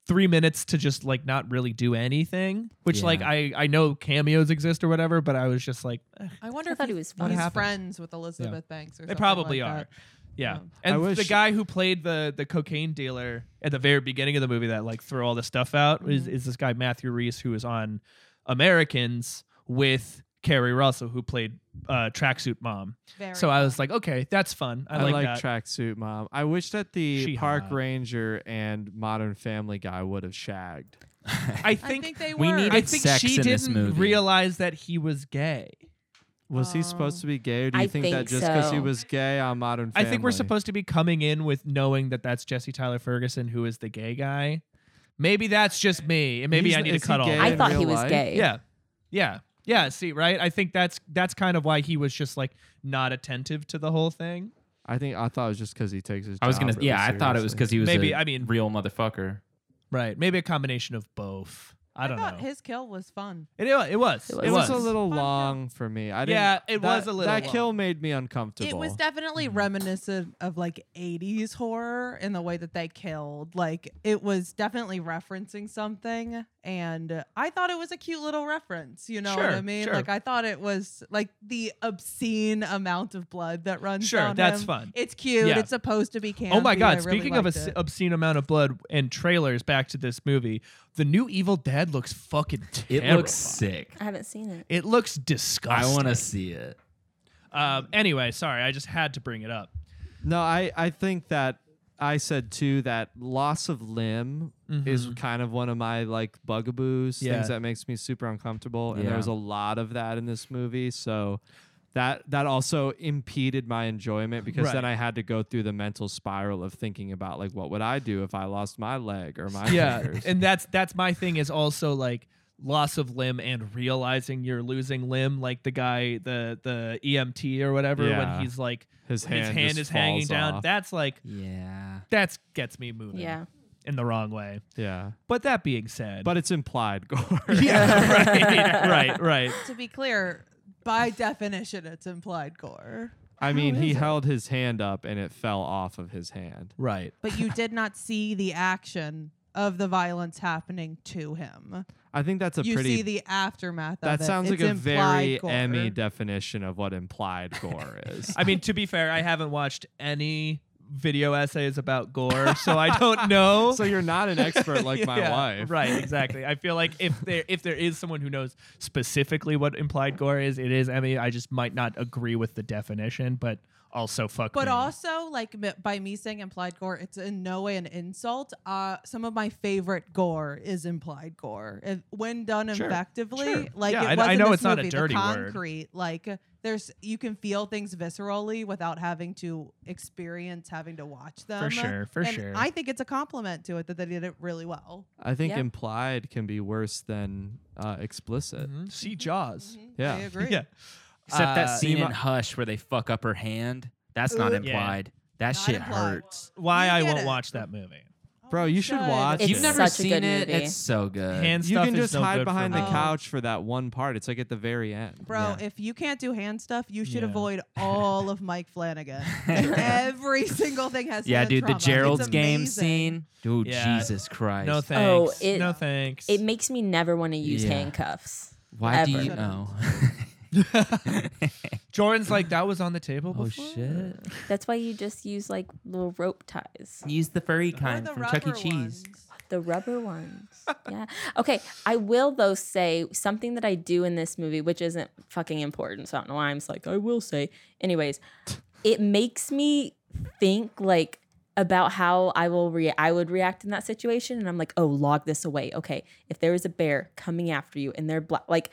S1: three minutes to just like not really do anything. Which
S2: Yeah.
S1: like I I know cameos exist or whatever, but I was just like eh,
S5: I wonder
S4: I
S5: if
S4: thought
S5: he-
S4: he was
S5: he's
S1: What
S4: funny.
S1: happened?
S5: friends with Elizabeth Banks. Or
S1: they
S5: something
S1: probably
S5: like
S1: are.
S5: that.
S1: Yeah,
S5: Yeah.
S1: and
S3: I
S1: the
S3: wish-
S1: guy who played the the cocaine dealer at the very beginning of the movie that like threw all the stuff out is,
S5: Mm-hmm.
S1: is this guy Matthew Reese who was on Americans with Carrie Russell who played uh, tracksuit mom.
S5: Very
S1: so I was like, okay, that's fun. I,
S3: I,
S1: like,
S3: like,
S1: that.
S3: tracksuit mom. I wish that the
S1: She
S3: park
S1: hot.
S3: ranger and Modern Family guy would have shagged.
S1: I
S5: I
S1: think
S5: they
S2: we
S5: were.
S2: need
S1: I
S2: needed
S1: think
S2: sex
S1: she
S2: in
S1: didn't
S2: this movie.
S1: realize that he was gay.
S3: Was he
S5: Oh.
S3: supposed to be gay? Or do you
S4: Um, I
S3: think, that
S4: think
S3: just because he
S4: so.
S3: was gay on Modern Family?
S1: I think we're supposed to be coming in with knowing that that's Jesse Tyler Ferguson who is the gay guy. Maybe that's just me, and maybe
S3: He's-
S1: I need to
S3: is he
S1: cut all.
S3: gay
S4: I
S3: in
S4: thought he
S3: real
S4: was
S3: life?
S4: gay.
S1: Yeah. Yeah. Yeah, see, right? I think that's that's kind of why he was just like not attentive to the whole thing.
S3: I think I thought it was just because he takes his.
S2: I was
S3: job
S2: gonna,
S3: really
S2: yeah, I thought it was
S3: seriously.
S2: because he was
S1: Maybe,
S2: a
S1: I mean-
S2: real motherfucker.
S1: Right. Maybe a combination of both. I don't
S5: thought
S1: know.
S5: his kill was fun.
S1: it, it wa- it was.
S4: It
S1: It
S3: It was
S1: was.
S3: a little
S5: Fun, yeah.
S3: long for me. I didn't,
S1: Yeah, it was
S3: that-
S1: a little
S3: That
S1: long.
S3: kill made me
S5: It
S3: uncomfortable.
S5: was definitely
S1: Mm-hmm.
S5: reminiscent of like 80s horror in the way that they killed. Like it was definitely referencing something and I thought it was a cute little reference, you know what I
S1: Sure,
S5: mean?
S1: sure.
S5: Like I thought it was like the obscene amount of blood that runs
S1: Sure,
S5: down
S1: that's
S5: him.
S1: fun.
S5: It's cute.
S1: Yeah.
S5: It's supposed to be campy.
S1: Oh my
S5: I
S1: god,
S5: really
S1: speaking of
S5: liked
S1: obs-
S5: it.
S1: obscene amount of blood and trailers back to this movie, the new Evil Dead looks fucking
S2: It
S1: terrible.
S2: looks sick.
S4: I haven't seen it.
S1: It looks
S2: I
S1: disgusting.
S2: want to see it.
S1: um anyway, sorry, I just had to bring it up.
S3: No, I, I think that I said too that loss of limb is kind of one of my like bugaboos,
S1: Mm-hmm. Yeah.
S3: things that makes me super uncomfortable. And
S2: Yeah.
S3: there was a lot of that in this movie. So that that also impeded my enjoyment because then
S1: Right.
S3: I had to go through the mental spiral of thinking about like what would I do if I lost my leg or my
S1: yeah
S3: fingers.
S1: and that's that's my thing is also like loss of limb and realizing you're losing limb like the guy the the emt or whatever when
S3: Yeah.
S1: he's like
S3: His hand just
S1: is hanging
S3: falls
S1: down
S3: off.
S1: that's like
S2: Yeah.
S1: that's gets me moving
S4: Yeah.
S1: in the wrong way
S3: yeah.
S1: but that being said
S3: But it's implied gore.
S1: yeah right right right
S5: to be clear, by definition it's implied gore.
S3: I mean,
S1: Oh,
S3: he held his hand up and it fell off of his hand.
S1: right
S5: But you did not see the action of the violence happening to him.
S3: I think that's a
S5: you
S3: pretty
S5: see the aftermath of
S3: That
S5: it.
S3: sounds
S5: It's
S3: like a
S5: implied
S3: very
S5: gore.
S3: Emmy definition of what implied gore is.
S1: i mean to be fair i haven't watched any video essays about gore so i don't know
S3: so you're not an expert like my
S1: Yeah,
S3: wife.
S1: Right, exactly. I feel like if there if there is someone who knows specifically what implied gore is, it is Emmy. I just might not agree with the definition, but also fuck.
S5: But
S1: me.
S5: also, like m- by me saying implied gore, it's in no way an insult. Uh, some of my favorite gore is implied gore If- when done
S1: Sure,
S5: effectively.
S1: sure.
S5: Like
S1: Yeah, I-
S5: it was
S1: I
S5: in
S1: know
S5: this
S1: it's not a
S5: movie,
S1: dirty
S5: the
S1: word.
S5: concrete. Like there's, you can feel things viscerally without having to experience having to watch them.
S1: sure, for
S5: And
S1: sure.
S5: I think it's a compliment to it that they did it really well.
S3: I think
S4: Yeah.
S3: implied can be worse than uh, explicit.
S1: Mhm. see Jaws.
S3: Yeah.
S5: Mm-hmm. I agree.
S1: Yeah,
S2: Except
S1: Uh,
S2: that scene
S3: Zima-
S2: in Hush where they fuck up her hand. That's not implied. That
S5: Not
S2: shit
S5: implied.
S2: hurts.
S1: why
S5: You
S1: I
S5: get
S1: won't
S5: it. Oh,
S1: watch that movie.
S3: Bro, you should watch
S4: It's
S2: You've
S3: it.
S2: never
S4: such a
S2: seen
S4: good
S2: it.
S4: movie.
S2: It's so good.
S1: Hand
S3: you
S1: stuff
S3: can
S1: is
S3: just
S1: no
S3: hide
S1: good for
S3: behind the
S1: me.
S5: Oh.
S3: couch for that one part. It's like at the very end.
S5: Bro, if you can't do hand stuff, you should
S1: Yeah.
S5: avoid all of Mike Flanagan. Every single thing has.
S2: yeah,
S5: hand
S2: dude, the
S5: trauma. It's
S2: Gerald's game
S5: amazing.
S2: scene. Dude,
S1: Yeah.
S2: Jesus Christ.
S1: No thanks.
S4: it-
S1: no thanks.
S4: It makes me never want to use
S2: Yeah.
S4: handcuffs.
S2: Why do
S4: ever.
S2: you know?
S1: Jordan's like that was on the table
S2: oh
S1: before.
S2: shit.
S4: That's why you just use like little rope ties,
S2: Use the furry
S5: Or
S2: kind
S5: the
S2: from Chuck E.
S5: rubber
S2: Cheese.
S5: ones.
S4: the rubber ones. yeah. Okay. I will though say something that I do in this movie, which isn't fucking important. So I don't know why I'm just like I will say. Anyways, it makes me think like about how I will re- I would react in that situation, and I'm like, oh, log this away. Okay, if there is a bear coming after you and they're black, like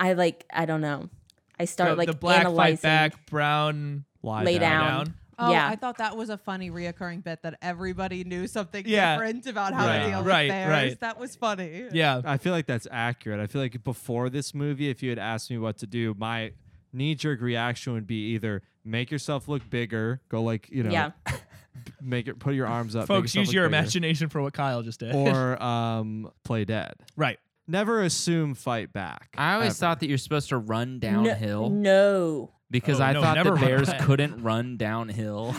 S4: I like I don't know. I start
S1: The,
S4: like
S1: the black
S4: analyzing.
S1: fight back, brown
S3: Lie
S4: lay down.
S1: down.
S5: Oh,
S4: yeah.
S5: I thought that was a funny reoccurring bit that everybody knew something
S1: Yeah.
S5: different about how
S1: Right,
S5: to deal
S1: right,
S5: with bears.
S1: right.
S5: That was funny.
S1: Yeah,
S3: I feel like that's accurate. I feel like before this movie, if you had asked me what to do, my knee jerk reaction would be either make yourself look bigger, go like you know,
S4: Yeah.
S3: make it put your arms up, make
S1: Folks,
S3: yourself
S1: use
S3: look
S1: your
S3: bigger,
S1: imagination for what Kyle just did.
S3: or um, play dead.
S1: right.
S3: Never assume fight back.
S2: I always
S3: ever.
S2: thought that you're supposed to run downhill
S4: No.
S2: because
S1: Oh,
S2: I
S1: no,
S2: thought
S1: never
S2: that
S1: run
S2: bears
S1: back.
S2: couldn't run downhill.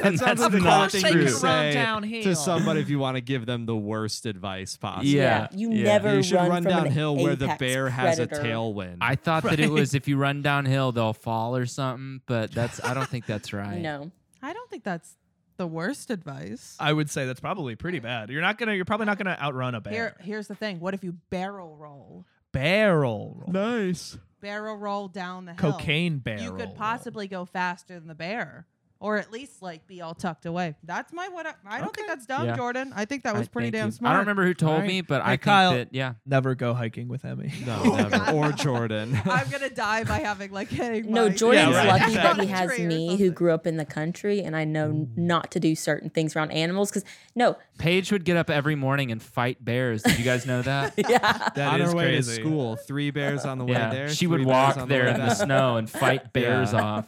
S3: that sounds like the
S1: not
S3: kind of thing
S1: true.
S3: you
S1: They can run
S3: say
S1: downhill.
S3: to somebody if you want to give them the worst advice possible.
S2: Yeah,
S4: You
S2: yeah.
S4: never
S3: You should
S4: run,
S3: run,
S4: from an
S3: downhill where the
S4: apex
S3: bear has a
S4: predator.
S3: tailwind.
S2: I thought that it was if you run downhill they'll fall or something, but that's I don't think that's right.
S4: No.
S5: I don't think that's the worst advice.
S1: I would say that's probably pretty bad. You're not gonna. You're probably not gonna outrun a bear.
S5: Here, here's the thing. What if you barrel roll?
S1: barrel. roll.
S3: nice.
S5: Barrel roll down the hill.
S1: Cocaine barrel.
S5: You
S1: roll.
S5: could possibly go faster than the bear, or at least like be all tucked away. That's my what. I, I don't think that's dumb,
S2: Yeah.
S5: Jordan. I think that
S2: I
S5: was pretty
S2: thank
S5: damn
S2: you.
S5: smart.
S2: I don't remember who told
S1: Alright.
S2: me, but
S1: Hey,
S2: I think
S1: Kyle.
S2: that yeah.
S1: Never go hiking with Emmy.
S3: No,
S5: Oh, God.
S3: never. Or Jordan.
S5: I'm gonna die by having like hitting.
S4: No,
S5: my-
S4: Jordan's
S1: Yeah, right.
S4: lucky that he
S5: Tree
S4: has
S5: or
S4: me, who
S5: something.
S4: grew up in the country, and I know n- not to do certain things around animals. Because no,
S2: Paige would get up every morning and fight bears. Did you guys know that?
S4: yeah,
S3: on
S1: That
S3: her
S1: is
S3: way
S1: crazy.
S3: to school, three bears on the way
S2: yeah.
S3: there.
S2: she would
S3: three bears
S2: walk
S3: on
S2: there
S3: way
S2: in the
S3: back.
S2: snow and fight bears
S3: Yeah.
S2: off.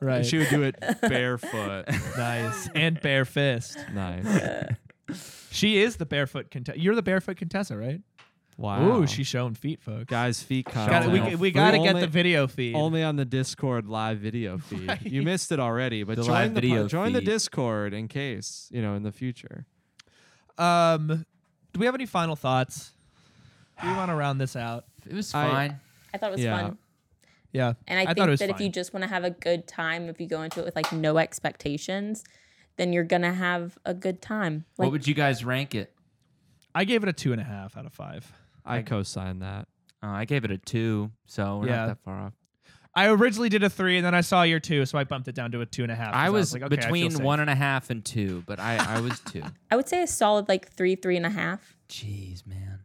S1: Right.
S3: She would do it barefoot.
S1: nice and bare fist.
S3: nice.
S1: She is the barefoot contessa. You're the barefoot contessa, right?
S3: Wow.
S1: Ooh, she's showing feet, folks.
S3: guys feet
S1: Gotta-
S3: content.
S1: we we got to get
S3: Only-
S1: the video feed.
S3: Only on the Discord live video feed. You missed it already, but
S2: The
S3: join
S2: live
S3: the
S2: video
S3: po- join the
S2: feed.
S3: Discord in case you know in the future.
S1: Um, do we have any final thoughts? Do we want to round this out?
S2: It was
S3: I-
S2: fine.
S4: I thought it was
S3: Yeah.
S4: fun.
S1: Yeah,
S4: And I,
S1: thought
S4: think
S1: it was
S4: that if you
S1: fine.
S4: just want to have a good time, if you go into it with like no expectations, then you're gonna have a good time. Like
S2: what would you guys rank it?
S1: I gave it a two and a half out of five.
S3: I co-sign that.
S2: Uh, I gave it a two, so we're
S1: Yeah.
S2: not that far off.
S1: I originally did a three, and then I saw your two, so I bumped it down to a two and a half. 'cause
S2: I was
S1: like, okay, I feel
S2: between
S1: safe.
S2: one and a half and two, but I, I was two.
S4: I would say a solid like three, three and a half.
S2: Jeez, man.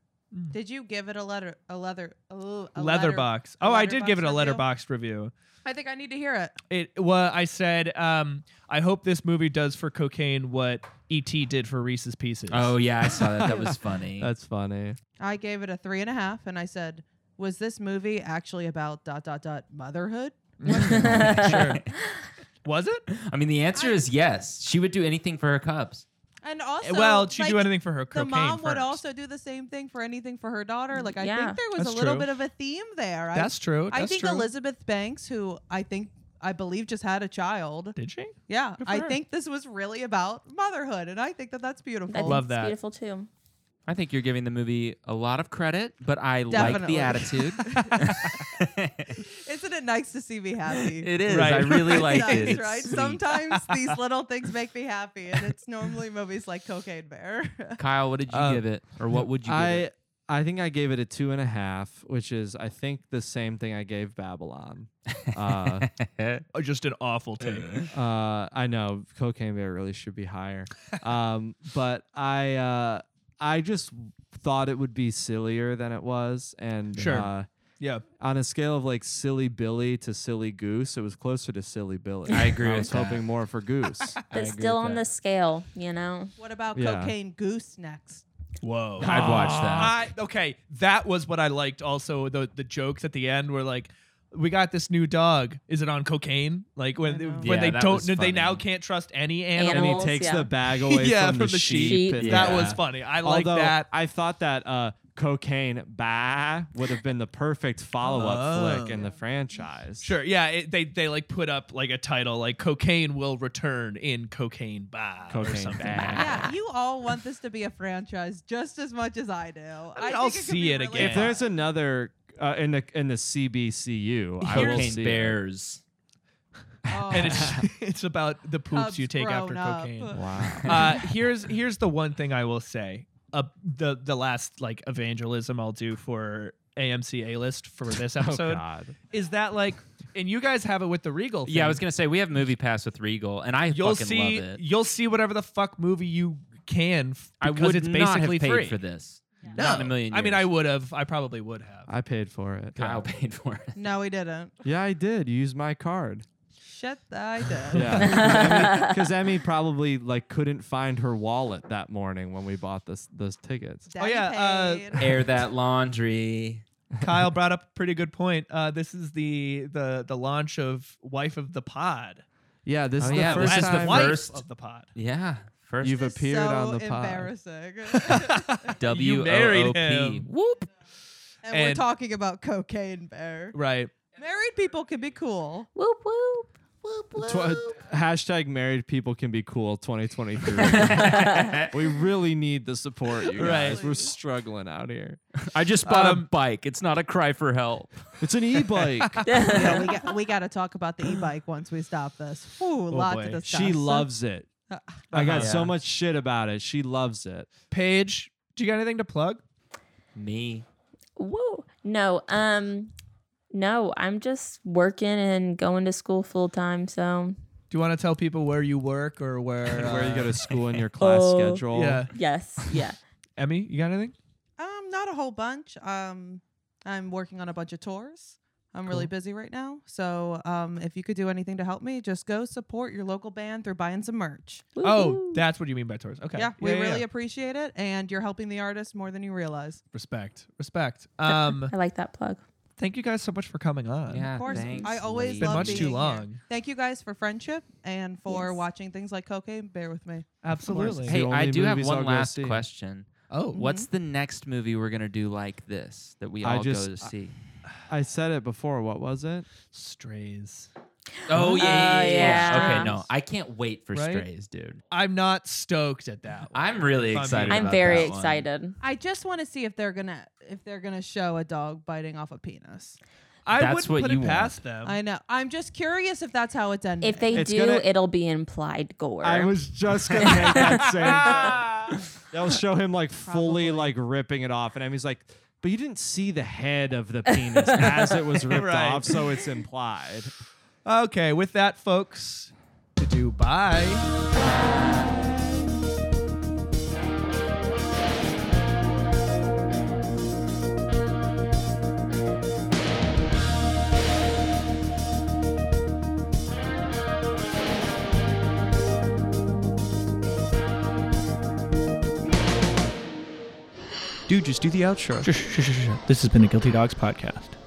S5: Did you give it a letter? A leather? Oh, a
S1: leather box. Oh,
S5: a
S1: I did give it a
S5: letter box
S1: letterbox review.
S5: review? I think I need to hear it.
S1: It well, I said, um, I hope this movie does for cocaine what ET did for Reese's Pieces.
S2: Oh yeah, I saw that. That was funny.
S3: That's funny.
S5: I gave it a three and a half, and I said, "Was this movie actually about dot dot dot motherhood?"
S1: sure. Was it?
S2: I mean, the answer is yes. She would do anything for her cubs.
S5: And also,
S1: Eh, well, she'd do
S5: like,
S1: anything for her
S5: The
S1: cocaine.
S5: mom would
S1: first.
S5: also do the same thing for anything for her daughter. Like I
S4: Yeah.
S5: think there was
S1: That's
S5: a little
S1: true.
S5: bit of a theme there. I-
S1: That's true.
S5: I,
S1: that's
S5: think
S1: true.
S5: Elizabeth Banks, who I think I believe just had a child.
S1: Did she?
S5: Yeah,
S1: Good for
S5: I
S1: her.
S5: think this was really about motherhood, and I think that that's beautiful.
S4: That
S1: Love
S4: is
S1: that.
S4: Beautiful too.
S2: I think you're giving the movie a lot of credit, but I like
S5: Definitely.
S2: the attitude.
S5: Isn't it nice to see me happy?
S2: it is.
S1: Right.
S2: I really
S5: It's
S2: like
S5: nice,
S2: it. It's
S5: right?
S2: sweet.
S5: Sometimes these little things make me happy, and it's normally movies like Cocaine Bear.
S2: Kyle, what did you
S1: Um,
S3: Uh,
S2: give it, or what would you? Give
S3: I
S2: it?
S3: I think I gave it a two and a half, which is I think the same thing I gave Babylon. Uh,
S1: Oh, just an awful take.
S3: uh, I know cocaine bear really should be higher, um, but I uh, I just thought it would be sillier than it was, and
S1: Sure.
S3: uh,
S1: yeah.
S3: on a scale of like silly Billy to silly Goose, it was closer to silly Billy.
S2: I agree
S3: I
S2: with
S3: was
S2: that.
S3: hoping more for Goose, I
S4: But
S3: agree
S4: still
S3: with
S4: on
S3: that.
S4: the scale, you know.
S5: what about
S3: Yeah.
S5: Cocaine Goose next?
S1: Whoa.
S2: I'd watch that.
S1: I, okay, that was what I liked. Also, the the jokes at the end were like, "We got this new dog. Is it on cocaine?" Like when
S5: I know.
S1: when
S2: Yeah,
S1: they
S2: that
S1: don't,
S2: was
S1: they
S2: funny.
S1: now can't trust any animal.
S3: and he
S4: Animals,
S3: takes
S4: yeah.
S3: the bag away
S1: yeah,
S3: from, the, sheep.
S4: sheep.
S3: and-
S1: That was
S2: Yeah.
S1: funny. I like
S3: Although,
S1: that.
S3: I thought that uh, cocaine bah would have been the perfect follow up
S1: Oh.
S3: flick in the franchise.
S1: Sure. Yeah, it, they they like put up like a title like "Cocaine will return in Cocaine Bah." or
S3: Cocaine
S1: something.
S2: Ah.
S3: bah.
S5: Yeah, you all want this to be a franchise just as much as I do. I think
S1: I'll
S5: it could
S1: see
S5: be
S1: it
S5: really
S1: again.
S3: If there's another uh, in the in the CBCU, I will
S2: Cocaine
S3: see it.
S2: bears.
S5: fun.
S1: And it's it's about the poops
S5: Cubs
S1: you take after
S5: grown up.
S1: cocaine.
S3: Wow.
S1: uh, here's here's the one thing I will say. Uh, the the last like evangelism I'll do for AMC A list for this
S3: Oh
S1: episode
S3: God.
S1: is that like, and you guys have it with the Regal. Thing.
S2: Yeah, I was gonna say we have Movie Pass with Regal, and I
S1: You'll
S2: fucking
S1: see
S2: love it.
S1: you'll see whatever the fuck movie you can f-
S2: I
S1: because
S2: would
S1: it's
S2: not have
S1: basically
S2: paid
S1: free
S2: for this.
S1: No.
S2: Not in a million. Years.
S1: I mean, I would have. I probably would have.
S3: I paid for it.
S2: Kyle paid for it.
S5: no, we didn't.
S3: Yeah, I did. You used my card.
S5: Shit, I did.
S3: Yeah, because Emmy probably like couldn't find her wallet that morning when we bought this those tickets.
S5: Daddy
S1: yeah, uh,
S5: paid.
S2: Air that laundry.
S1: Kyle brought up a pretty good point. Uh, this is the the the launch of Wife of the Pod.
S3: Yeah, this
S2: Oh,
S3: is
S2: yeah,
S3: the
S2: this
S3: first
S2: is the
S3: time
S1: Wife
S2: first-
S1: of the Pod.
S2: Yeah. First
S3: you've
S5: This is
S3: appeared
S5: so
S3: on the pod.
S5: embarrassing.
S2: W O O
S1: married
S2: P.
S1: him.
S2: Whoop.
S5: and, we're
S1: And-
S5: talking about cocaine bear.
S1: Right.
S5: Married people can be cool.
S4: Whoop whoop whoop
S3: Tw-
S4: whoop.
S3: hashtag married people can be cool 2023. we really need the support, you
S1: Right.
S3: guys. We're struggling out here.
S2: I just bought a
S1: Um,
S2: bike. It's not a cry for help.
S3: It's an e-bike.
S5: yeah, we got we got to talk about the e-bike once we stop this. Ooh, lots
S1: boy.
S5: of this
S3: she loves it. I got so much shit about it. She loves it.
S1: Paige, do you got anything to plug?
S2: Me.
S4: Whoa. No, um, no, I'm just working and going to school full time. So,
S1: Do you want to tell people where you work or where
S3: Where you
S1: uh,
S3: go to school and your class
S4: Oh,
S3: schedule.
S1: Yeah,
S4: yes, yeah.
S1: Emmy, you got anything?
S5: Um, not a whole bunch. Um, I'm working on a bunch of tours. I'm really busy right now. So, um, if you could do anything to help me, just go support your local band through buying some merch.
S1: Oh, that's what you mean by tours. Okay.
S5: Yeah, we really
S1: yeah.
S5: appreciate it, and you're helping the artist more than you realize.
S1: respect. Respect. Um,
S4: I like that plug.
S1: thank you guys so much for coming on.
S2: Yeah.
S5: Of course,
S2: thanks,
S5: I
S2: lady.
S5: always
S1: It's been
S5: love
S1: much
S5: being
S1: too
S5: here.
S1: long.
S5: Thank you guys for friendship and for
S4: Yes.
S5: watching things like Cocaine. Bear with me.
S1: Absolutely.
S3: Hey,
S2: Hey,
S3: the
S2: I
S3: only
S2: do have
S3: movies I'll
S2: one
S3: go
S2: last
S3: see.
S2: question.
S1: oh,
S2: What's the next movie we're gonna do like this that we
S3: I
S2: all
S3: just-
S2: go to see?
S3: I said it before. What was it?
S1: strays?
S2: Oh yeah,
S4: yeah, yeah, yeah.
S2: Okay, no, I can't wait for
S1: Right?
S2: Strays, dude.
S1: I'm not stoked at that. One.
S2: I'm really
S1: If I'm
S2: excited.
S1: being-
S4: I'm
S2: about
S4: very
S2: that one.
S4: excited.
S5: I just want to see if they're gonna if they're gonna show a dog biting off a penis.
S1: I
S2: That's
S1: wouldn't
S2: what
S1: put
S2: you
S1: it
S2: want.
S1: past them.
S5: I know. I'm just curious if that's how it's ended.
S4: If they
S3: It's
S4: do,
S3: gonna-
S4: it'll be implied gore.
S3: was just gonna make that same. They'll show him like fully like ripping it off, and Emmy's like, "But you didn't see the head of the penis as it was ripped
S1: Right.
S3: off, so it's implied."
S1: okay, with that, folks, to do bye.
S7: Dude, just do the outro.
S1: This has been a Guilty Dogs podcast.